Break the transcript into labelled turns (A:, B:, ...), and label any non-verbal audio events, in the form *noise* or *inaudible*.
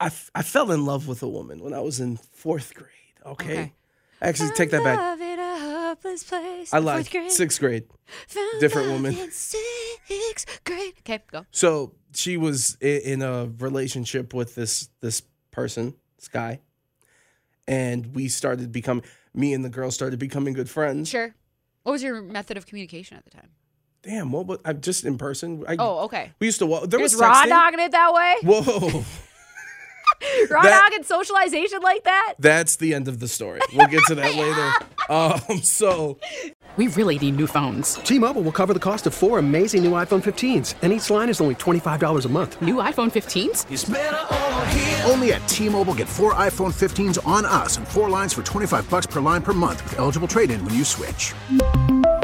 A: I, f- I fell in love with a woman when I was in fourth grade. Okay.
B: Okay.
A: Actually, take that back.
B: Love in a hopeless place.
A: I
B: Fourth
A: lied.
B: grade.
A: Sixth grade.
B: Found
A: different
B: love
A: woman.
B: in Sixth grade. Okay, go.
A: So she was i- in a relationship with this this person, this guy, and we started becoming. Me and the girl started becoming good friends.
B: Sure. What was your method of communication at the time?
A: Damn, what? was I just in person. I,
B: Oh, okay.
A: we used to walk. There
B: Just
A: was
B: raw
A: texting.
B: dogging it that way?
A: Whoa, *laughs*
B: Raw
A: That-
B: dogging socialization like that?
A: that's the end of the story. We'll get to
B: *laughs*
A: that later. Um, so
C: We really need new phones.
D: T-Mobile will cover the cost of four amazing new iPhone 15s, and each line is only $25 a month.
C: New iPhone 15s?
E: Only at T-Mobile, get four iPhone 15s on us and four lines for 25 bucks per line per month with eligible trade-in when you switch.